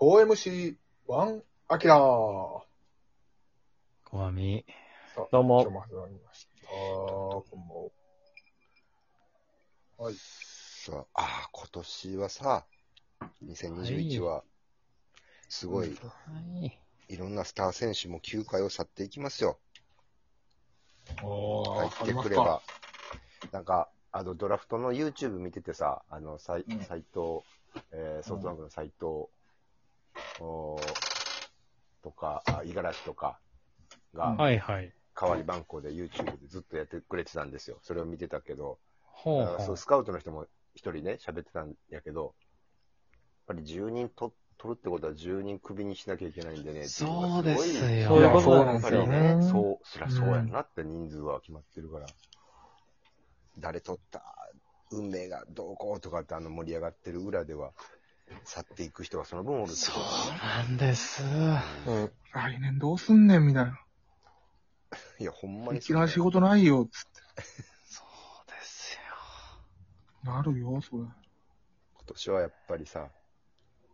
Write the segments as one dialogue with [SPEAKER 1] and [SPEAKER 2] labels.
[SPEAKER 1] 4MC1 アキラー。ど
[SPEAKER 2] こまみ。
[SPEAKER 3] どう
[SPEAKER 1] 今日
[SPEAKER 3] も。
[SPEAKER 1] も始まりました。こんばんは。はい。
[SPEAKER 4] さあ、ああ、今年はさ、2021は、すごい、
[SPEAKER 2] はい。
[SPEAKER 4] いろんなスター選手も球界を去っていきますよ。
[SPEAKER 1] お
[SPEAKER 4] 入ってくれば。なんか、あの、ドラフトの YouTube 見ててさ、あの、斎
[SPEAKER 1] うん
[SPEAKER 4] 斎藤、えーソフトバンクの斎藤、おーとか、あ五十嵐とかが、
[SPEAKER 2] はいはい。
[SPEAKER 4] 代わり番号で YouTube でずっとやってくれてたんですよ。それを見てたけど、
[SPEAKER 2] ほう
[SPEAKER 4] だから
[SPEAKER 2] ほ
[SPEAKER 4] そうう。スカウトの人も一人ね、喋ってたんやけど、やっぱり10人と取るってことは10人クビにしなきゃいけないんでねっていのが
[SPEAKER 2] そうです
[SPEAKER 4] ごい
[SPEAKER 2] よ。
[SPEAKER 3] そういうこと
[SPEAKER 4] や
[SPEAKER 3] なん
[SPEAKER 4] っ
[SPEAKER 3] で
[SPEAKER 4] ぱ
[SPEAKER 3] す
[SPEAKER 4] り
[SPEAKER 3] よ
[SPEAKER 4] ね
[SPEAKER 1] ね、
[SPEAKER 4] そう、そりゃそうやんなって人数は決まってるから、誰取った、運命がどうこうとかってあの盛り上がってる裏では、去っていく人がその分おるってこと
[SPEAKER 2] なんです。
[SPEAKER 1] うん。来年どうすんねんみたいな。
[SPEAKER 4] いや、ほんま
[SPEAKER 1] い
[SPEAKER 4] に
[SPEAKER 1] きなり仕事ないよ、つっ
[SPEAKER 2] そうです
[SPEAKER 1] て。なるよ、それ。
[SPEAKER 4] 今年はやっぱりさ、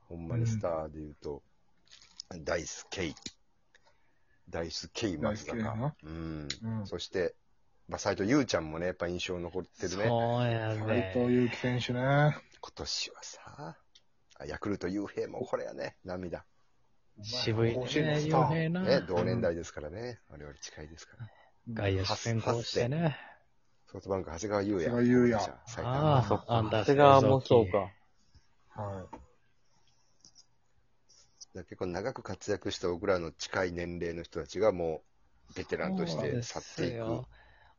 [SPEAKER 4] ほんまにスターで言うと、ダイス・ケイ。ダイス・ケイ・松
[SPEAKER 1] ダイスケイな
[SPEAKER 4] 坂。うん。
[SPEAKER 1] うん。
[SPEAKER 4] そして、まあ、斎藤優ちゃんもね、やっぱ印象残って
[SPEAKER 2] よ。
[SPEAKER 4] る
[SPEAKER 2] そ
[SPEAKER 4] ね。今
[SPEAKER 2] うや
[SPEAKER 1] 斎藤
[SPEAKER 2] ね。
[SPEAKER 1] 祐樹選手ね。
[SPEAKER 4] 年はさ、あヤクルト雄平もこれやね、涙。
[SPEAKER 2] 渋いね
[SPEAKER 1] 甲子園のスタ
[SPEAKER 2] 雄
[SPEAKER 1] ー
[SPEAKER 2] 平な。
[SPEAKER 4] ね、同年代ですからね。我々近いですから。
[SPEAKER 2] 外野手先行してね。
[SPEAKER 4] ソフトバンク、長谷川優也。
[SPEAKER 1] 長谷川優也
[SPEAKER 4] 埼
[SPEAKER 2] ああ、
[SPEAKER 4] 玉。
[SPEAKER 2] そっか。アンダー
[SPEAKER 3] 長谷川もそうか。
[SPEAKER 1] は
[SPEAKER 4] 結構長く活躍した僕らの近い年齢の人たちがもう、ベテランとし
[SPEAKER 2] そう
[SPEAKER 4] て
[SPEAKER 2] で
[SPEAKER 4] 去ってい
[SPEAKER 2] す
[SPEAKER 4] く。
[SPEAKER 2] よ。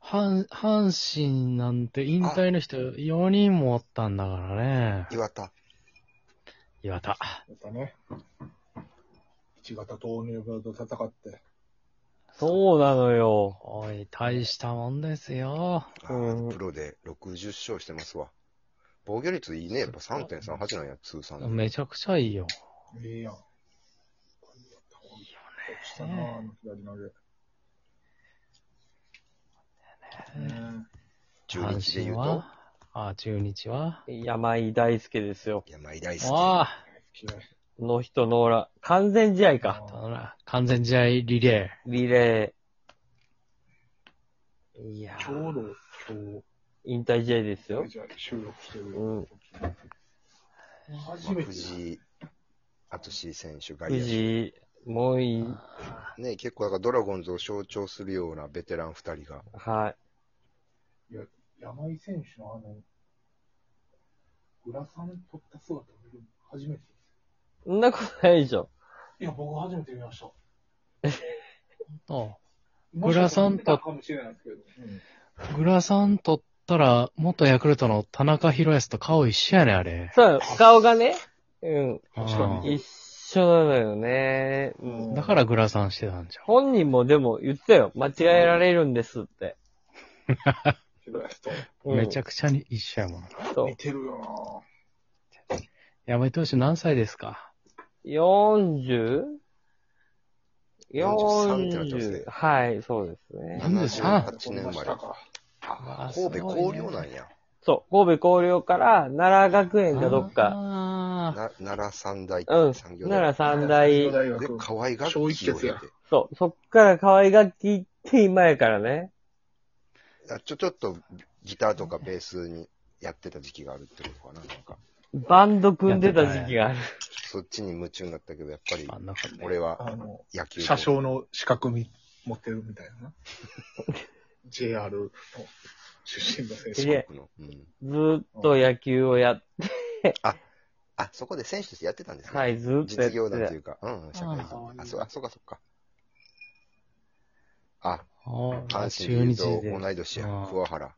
[SPEAKER 2] 阪阪神なんて引退の人4人もおったんだからね。
[SPEAKER 4] 岩田。
[SPEAKER 2] 岩田。
[SPEAKER 1] い。やっぱね。一型糖尿病と戦って。
[SPEAKER 3] そうなのよ。
[SPEAKER 2] おい、大したもんですよ。
[SPEAKER 4] あー
[SPEAKER 3] うん
[SPEAKER 4] プロで60勝してますわ。防御率いいね。やっぱ3.38なんや、通算で。
[SPEAKER 2] めちゃくちゃいいよ。
[SPEAKER 1] いいやん。
[SPEAKER 2] いいよ
[SPEAKER 1] 落ちたな、あの左投げ。
[SPEAKER 2] ね。
[SPEAKER 1] ね
[SPEAKER 4] 中日で言
[SPEAKER 2] 阪神
[SPEAKER 4] うと
[SPEAKER 2] は、ああ、中日は
[SPEAKER 3] 山井大輔ですよ。
[SPEAKER 4] 山井大輔。
[SPEAKER 2] ああ、
[SPEAKER 1] 嫌い
[SPEAKER 3] この人の裏、完全試合か。
[SPEAKER 2] だな完全試合リレ
[SPEAKER 3] リレー。いや
[SPEAKER 1] ちょうど今
[SPEAKER 3] 引退試合ですよ
[SPEAKER 1] 日、。じゃあ収録してる。
[SPEAKER 3] うん
[SPEAKER 4] ま
[SPEAKER 1] 初
[SPEAKER 4] あ
[SPEAKER 1] めて。
[SPEAKER 4] 藤井、淳選手、外野手。
[SPEAKER 3] 藤井、もういい。
[SPEAKER 4] ね、結構、だからドラゴンズを象徴するようなベテラン二人が。
[SPEAKER 3] はい。
[SPEAKER 1] 山井選手のあの、裏さん取った姿見るの初めてです。
[SPEAKER 3] そんなことないでしょ。
[SPEAKER 1] いや、僕初めて見ました。
[SPEAKER 2] ー。
[SPEAKER 1] 村
[SPEAKER 2] 浦さんと
[SPEAKER 1] かもしれないですけど。
[SPEAKER 2] グラさん取ったら、元ヤクルトの田中博康と顔一緒やね、あれ。
[SPEAKER 3] そう、顔がね、うん、
[SPEAKER 1] 確かに
[SPEAKER 2] うん
[SPEAKER 3] 一緒なのよね。うん
[SPEAKER 2] だからグラさんしてたんじゃん。
[SPEAKER 3] 本人もでも言ってたよ。間違えられるんですって。うん
[SPEAKER 2] めちゃくちゃに一緒やもん。
[SPEAKER 3] そう
[SPEAKER 1] 似てるよ
[SPEAKER 2] 山井投手何歳ですか
[SPEAKER 3] 40?
[SPEAKER 4] 43ってなってますね
[SPEAKER 3] 40はい、そうですね。
[SPEAKER 2] 43
[SPEAKER 4] 78年生まれ。
[SPEAKER 2] まあ
[SPEAKER 4] 神戸
[SPEAKER 2] すごい
[SPEAKER 4] 広
[SPEAKER 2] ね
[SPEAKER 4] 陵なんや。
[SPEAKER 3] そう、神戸広陵から奈良学園かどっか。
[SPEAKER 2] あ
[SPEAKER 4] な奈良三大
[SPEAKER 3] うん
[SPEAKER 4] 産業
[SPEAKER 3] 奈
[SPEAKER 4] 大
[SPEAKER 3] 良三大。
[SPEAKER 1] 大
[SPEAKER 4] 学。で
[SPEAKER 1] 学、。
[SPEAKER 4] 河合楽器を
[SPEAKER 1] 小一徹
[SPEAKER 4] 経
[SPEAKER 1] や
[SPEAKER 4] て。
[SPEAKER 3] そう、そっから可愛がって行って今やからね。
[SPEAKER 4] あちょ、ちょっとギターとかベースにやってた時期があるってことかな。なんか、
[SPEAKER 3] バンド組んでた時期がある。
[SPEAKER 4] そっちに夢中になったけど、やっぱり
[SPEAKER 2] ーあんなことね
[SPEAKER 4] 俺は
[SPEAKER 1] あの、
[SPEAKER 4] 野球と。
[SPEAKER 1] 車掌の資格み持ってるみたい な。JR の出身の選
[SPEAKER 3] す
[SPEAKER 1] 手。
[SPEAKER 3] げえ
[SPEAKER 4] 僕の。うん。
[SPEAKER 3] ずーっと野球をやっ、
[SPEAKER 4] あ、そこで選手としてやってたんですね。
[SPEAKER 3] はい、ずーっと
[SPEAKER 4] 実
[SPEAKER 3] やって
[SPEAKER 4] 業団と
[SPEAKER 3] た
[SPEAKER 4] い。うか、うん、社会人。あ、そう、あ、そうか、そうか。あ、
[SPEAKER 2] あー
[SPEAKER 4] 阪
[SPEAKER 2] 中
[SPEAKER 4] 神
[SPEAKER 2] 日
[SPEAKER 4] で言う
[SPEAKER 2] で。
[SPEAKER 4] と同い年や
[SPEAKER 2] うん。
[SPEAKER 4] 桑原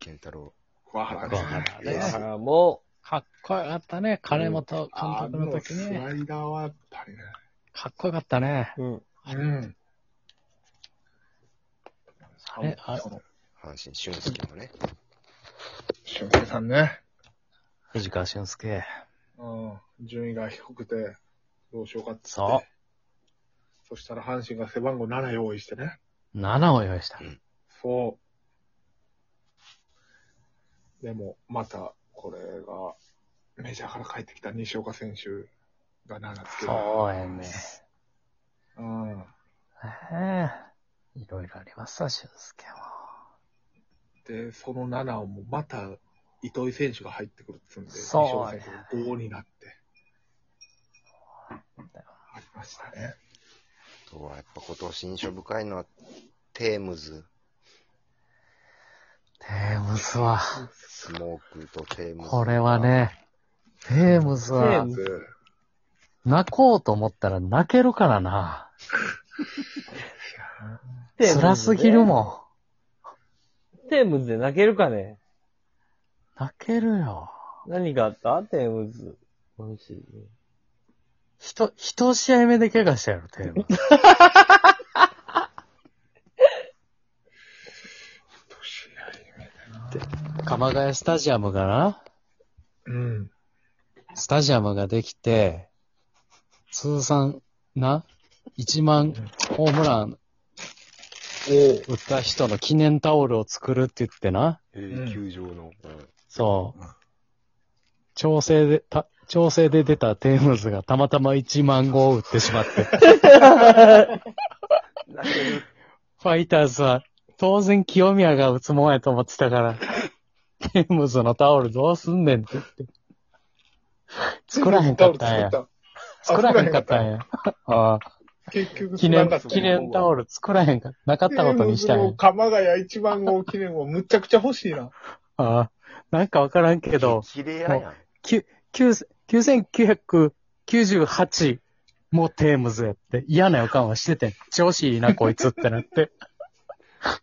[SPEAKER 4] 健太郎。
[SPEAKER 1] 桑原
[SPEAKER 2] 桑原
[SPEAKER 4] い
[SPEAKER 3] だ
[SPEAKER 4] や
[SPEAKER 2] ね
[SPEAKER 4] そ
[SPEAKER 3] か
[SPEAKER 4] う
[SPEAKER 3] らも
[SPEAKER 2] かっこよかったね。金本監
[SPEAKER 1] あ
[SPEAKER 2] 督の
[SPEAKER 1] の
[SPEAKER 2] 時
[SPEAKER 1] ス
[SPEAKER 2] ね。
[SPEAKER 1] ライダーはやっぱりね。
[SPEAKER 2] かっこよかったね。
[SPEAKER 3] う、うん。
[SPEAKER 1] うん。
[SPEAKER 2] あれあ
[SPEAKER 1] その
[SPEAKER 4] 阪神俊介もね。
[SPEAKER 1] 俊介さんね。
[SPEAKER 2] 藤川俊介。
[SPEAKER 1] うん。順位が低くて、どうしようかっつって。
[SPEAKER 2] そ
[SPEAKER 1] そしたら阪神が背番号7用意してね。
[SPEAKER 2] う。7を用意した。
[SPEAKER 1] そう。でも、また、これが、メジャーから帰ってきた西岡選手が長つけど。
[SPEAKER 2] そうやね。
[SPEAKER 1] うん。
[SPEAKER 2] ええいろいろありますわ、俊介も。
[SPEAKER 1] で、その7をもうまた糸井選手が入ってくるっつうんで、
[SPEAKER 2] そう
[SPEAKER 1] 西尾選手が5になって。ありましたね。
[SPEAKER 4] あとはやっぱ今年印象深いのは、テームズ。
[SPEAKER 2] テームズは、
[SPEAKER 4] スモークとテームズ。
[SPEAKER 2] これは。ね、テームズ
[SPEAKER 3] テ
[SPEAKER 2] は
[SPEAKER 3] ーム、
[SPEAKER 2] 泣こうと思ったら泣けるからな。
[SPEAKER 3] テームズで
[SPEAKER 2] 辛すぎるも
[SPEAKER 3] テームズで泣けるかね
[SPEAKER 2] ん。泣けるよ。
[SPEAKER 3] 何があったテームズ。今シーズン
[SPEAKER 2] ひと、一試合目で怪我したやろ、テームズ。
[SPEAKER 1] 年
[SPEAKER 2] 鎌ヶ谷スタジアムかな
[SPEAKER 1] うん。
[SPEAKER 2] スタジアムができて、通算、な、1万ホームラン
[SPEAKER 1] お
[SPEAKER 2] 打った人の記念タオルを作るって言ってな。
[SPEAKER 4] えー
[SPEAKER 1] うん
[SPEAKER 4] 球場の。うん
[SPEAKER 2] そう。調整で、た、調整で出たテームズがたまたま1万号を打ってし まって。
[SPEAKER 4] 泣ける。
[SPEAKER 2] ファイターズは、当然清宮が打つもんやと思ってたから、テームズのタオルどうすんねんって言って。作らへんかったんや。
[SPEAKER 1] 作
[SPEAKER 2] 作らへんかったん
[SPEAKER 1] や。
[SPEAKER 2] や。あ
[SPEAKER 1] 結
[SPEAKER 2] あ
[SPEAKER 1] 局、
[SPEAKER 2] 記念、記念タオ
[SPEAKER 1] ル。
[SPEAKER 2] ル作らへんかった。なかったことにしたんや。
[SPEAKER 1] 鎌ヶ谷一番号記念号、むちゃくちゃ欲しいな。
[SPEAKER 2] ああなんかわからんけど、
[SPEAKER 4] 綺麗ややん。
[SPEAKER 2] きゅ9 9998もテームズやって、嫌な予感はしててん、調子いいな、こいつってなって。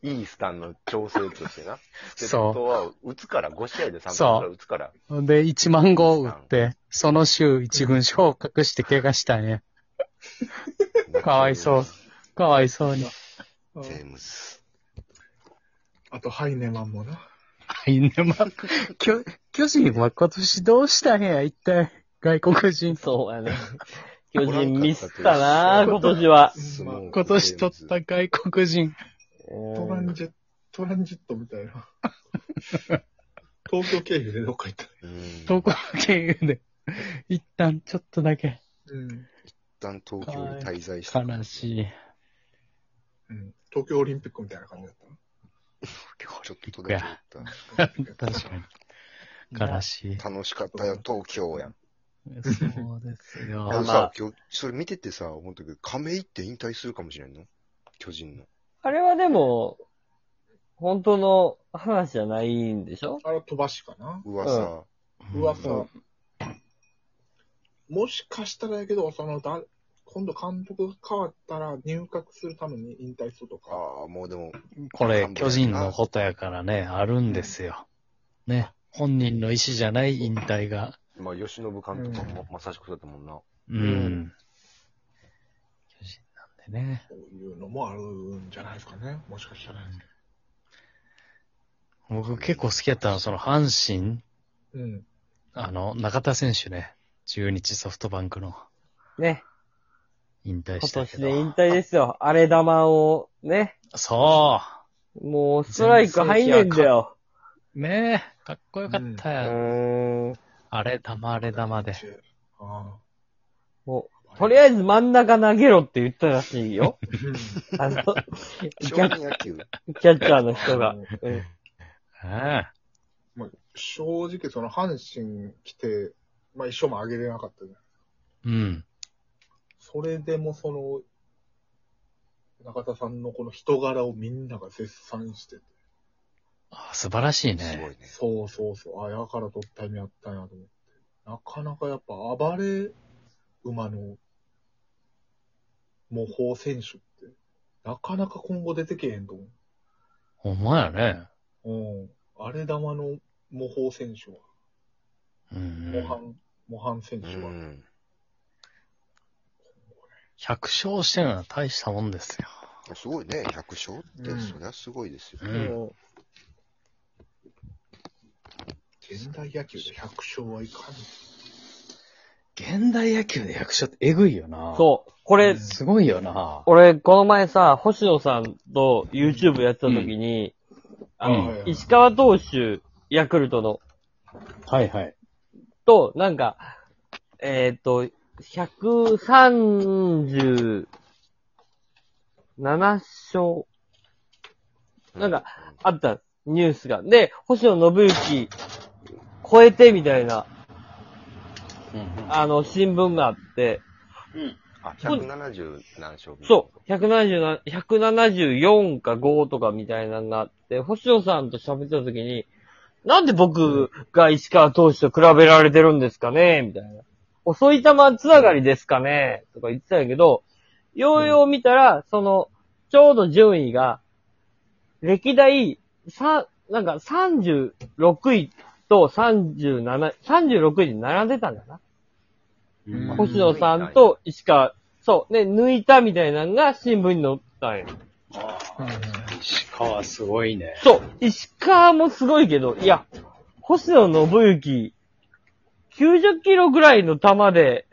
[SPEAKER 4] いいスタンの調整としてな。
[SPEAKER 2] そう
[SPEAKER 4] う。は打つから、5試合で3
[SPEAKER 2] そう
[SPEAKER 4] 本ぐらい打つから。
[SPEAKER 2] で、1万号打って、その週1軍昇格して怪我したんや。かわいそう。かわいそうに。
[SPEAKER 1] うん
[SPEAKER 4] テームズ。
[SPEAKER 1] あと、ハイネマンもな。
[SPEAKER 2] はいね、まあ、巨巨人は今年どうしたんや、一体。外国人。
[SPEAKER 3] そうや ね。巨人ミスったなぁ、今年は。
[SPEAKER 4] スモーク
[SPEAKER 2] 今年取っ。た外国人。
[SPEAKER 1] トランジェット、トランジェットみたい な。東京経由でどっか行った。
[SPEAKER 4] うん
[SPEAKER 2] 東京経由で。一旦ちょっとだけ。
[SPEAKER 1] うん。
[SPEAKER 4] 一旦東京に滞在した。
[SPEAKER 2] 悲しい。
[SPEAKER 1] うん。東京オリンピックみたいな感じだっ
[SPEAKER 4] ちょっとだけ行
[SPEAKER 2] 確
[SPEAKER 4] っ
[SPEAKER 2] かに。
[SPEAKER 1] た。
[SPEAKER 2] 悲しい。
[SPEAKER 4] た。楽しかったよ、東京やん。
[SPEAKER 2] そうです
[SPEAKER 4] あ
[SPEAKER 2] よ。
[SPEAKER 4] の
[SPEAKER 3] ま
[SPEAKER 4] さ
[SPEAKER 3] あ、
[SPEAKER 4] 今日、それ見ててさ、思ったけど、亀井って引退するかもしれんの巨人の。
[SPEAKER 3] あれはでも、本当の話じゃないんでしょ
[SPEAKER 1] あれは飛ばしかな。
[SPEAKER 4] 噂。
[SPEAKER 1] 噂、
[SPEAKER 4] う
[SPEAKER 1] もしかしたらやけど、そのだ、今度監督が変わったら入閣するために引退するとか、
[SPEAKER 4] ああ、もうでも、
[SPEAKER 2] これ、巨人のことやからね、あるんですよ。ね。本人の意思じゃない引退が。
[SPEAKER 4] まあ、吉信監督もまさしくそうだったもんな。
[SPEAKER 2] うん。
[SPEAKER 3] うん
[SPEAKER 2] 巨人なんでね。
[SPEAKER 1] そういうのもあるんじゃないですかね。もしかしたら。
[SPEAKER 2] 僕結構好きやったのは、その阪神、
[SPEAKER 1] うん。
[SPEAKER 2] あの、中田選手ね。中日ソフトバンクの
[SPEAKER 3] ね。
[SPEAKER 2] 引退
[SPEAKER 3] 今
[SPEAKER 2] した
[SPEAKER 3] 年
[SPEAKER 2] け
[SPEAKER 3] で引
[SPEAKER 2] ど。
[SPEAKER 3] 退ですよ。荒れ玉を、ね。
[SPEAKER 2] そ
[SPEAKER 3] もう、ストライク入んねんだよ。
[SPEAKER 2] うねえ、かっこよかった
[SPEAKER 3] う
[SPEAKER 2] よ。
[SPEAKER 3] ーん。
[SPEAKER 2] あれ玉あれ玉で。
[SPEAKER 1] あ
[SPEAKER 3] も
[SPEAKER 1] あ
[SPEAKER 3] う、とりあ
[SPEAKER 1] え
[SPEAKER 3] えず真ん中投げろって言ったらしいよ。
[SPEAKER 1] ず、
[SPEAKER 3] あの、キ
[SPEAKER 4] 少
[SPEAKER 3] ャ
[SPEAKER 4] 年野球。
[SPEAKER 3] キャッチャーの 人が。うん
[SPEAKER 2] うん。
[SPEAKER 1] まあ、正直、その、阪神来て、まあ、一生も上げれなかったじゃん
[SPEAKER 2] うん。
[SPEAKER 1] それでも、その、中田さんのこの人柄をみんなが絶賛してて。
[SPEAKER 2] あ素晴らしい
[SPEAKER 4] すご
[SPEAKER 2] ね。
[SPEAKER 4] いね。
[SPEAKER 1] そうそうそう。あ、やから取った意味あったんやと思って。なかなかやっぱ暴れ馬の模倣選手って、なかなか今後出てけへんと
[SPEAKER 2] ほんまや
[SPEAKER 1] 思
[SPEAKER 2] ね。
[SPEAKER 1] う。うん。荒れ玉の模倣選手は、
[SPEAKER 2] うん
[SPEAKER 1] 模
[SPEAKER 2] うん。
[SPEAKER 1] 範、模範選
[SPEAKER 4] う
[SPEAKER 1] 手は、
[SPEAKER 4] ん。
[SPEAKER 2] 100勝してるのは大したもんですよ。
[SPEAKER 4] すごいね、100勝って、
[SPEAKER 1] うん
[SPEAKER 4] そりゃすごいですよ。
[SPEAKER 2] うん。
[SPEAKER 3] も
[SPEAKER 1] 現代野球で100勝はいかん。
[SPEAKER 2] 現代野球で100勝ってえぐいよ
[SPEAKER 3] う
[SPEAKER 2] な。
[SPEAKER 3] そう。これ、
[SPEAKER 2] すごいよな。
[SPEAKER 3] 俺、この前さ、星野さんと YouTube やってた時に、あ
[SPEAKER 2] うん
[SPEAKER 3] の、
[SPEAKER 1] はいはい
[SPEAKER 3] 石川投手、ヤクルトの、
[SPEAKER 2] はいはい。
[SPEAKER 3] と、なんか、えっ、と、 137勝なんか、あった、ニュースが。で、星野信之超えてみたいな、
[SPEAKER 2] うんうん
[SPEAKER 3] あの、新聞があって、
[SPEAKER 2] うん。
[SPEAKER 4] あ、170何勝負
[SPEAKER 3] そう、170 174か5とかみたいなのがあって、星野さんと喋った時に、なんで僕が石川投手と比べられてるんですかねみたいな。遅い球つながりですかねとか言ってたんやけど、ようよう見たら、その、ちょうど順位が、歴代、さ、なんか36位と37位、36位に並んでたんだな。
[SPEAKER 2] うん
[SPEAKER 3] 星野さんと石川、そう、ね、抜いたみたいなのが新聞に載ったんよ。
[SPEAKER 2] あー石川すごいね。
[SPEAKER 3] そう、石川もすごいけど、いや、星野信之、90キロぐらいの球で、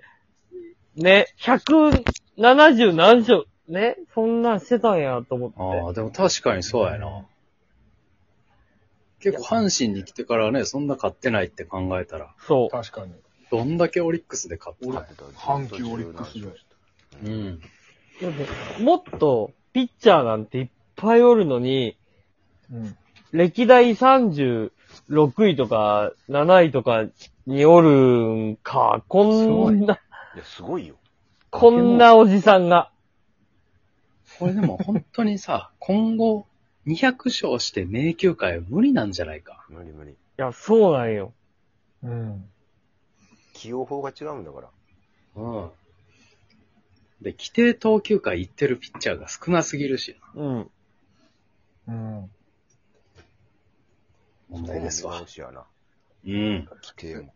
[SPEAKER 3] ね、170何勝、ね、そんなんしてたんやと思
[SPEAKER 2] あ
[SPEAKER 3] っ
[SPEAKER 2] あ、でも確かにそうやな。結構阪神に来てからね、そんな勝ってないって考えたら、
[SPEAKER 3] て。そう。
[SPEAKER 1] 確かに。
[SPEAKER 2] どんだけオリックスで勝ってたの
[SPEAKER 4] 勝って
[SPEAKER 1] 阪
[SPEAKER 4] た
[SPEAKER 1] 急オリックスで。
[SPEAKER 2] うん。
[SPEAKER 3] だってもっと、ピッチャーなんていっぱいおるのに、
[SPEAKER 1] うん。
[SPEAKER 3] 歴代36位とか7位とかにおるんか、こんな、
[SPEAKER 4] いや、すごいよ。
[SPEAKER 3] こんなおじさんが。
[SPEAKER 2] これでも本当に さ、今後、200勝して名球会は無理なんじゃないか。
[SPEAKER 4] 無理無理。
[SPEAKER 3] いや、そうなんよ。
[SPEAKER 1] うん。
[SPEAKER 4] 起用法が違うんだから。
[SPEAKER 2] うん。で、規定投球回行ってるピッチャーが少なすぎるしな、
[SPEAKER 3] うん。
[SPEAKER 1] うん。
[SPEAKER 2] 問題ですわ。
[SPEAKER 4] そこも見直しやな。
[SPEAKER 2] うん。
[SPEAKER 4] 規定も。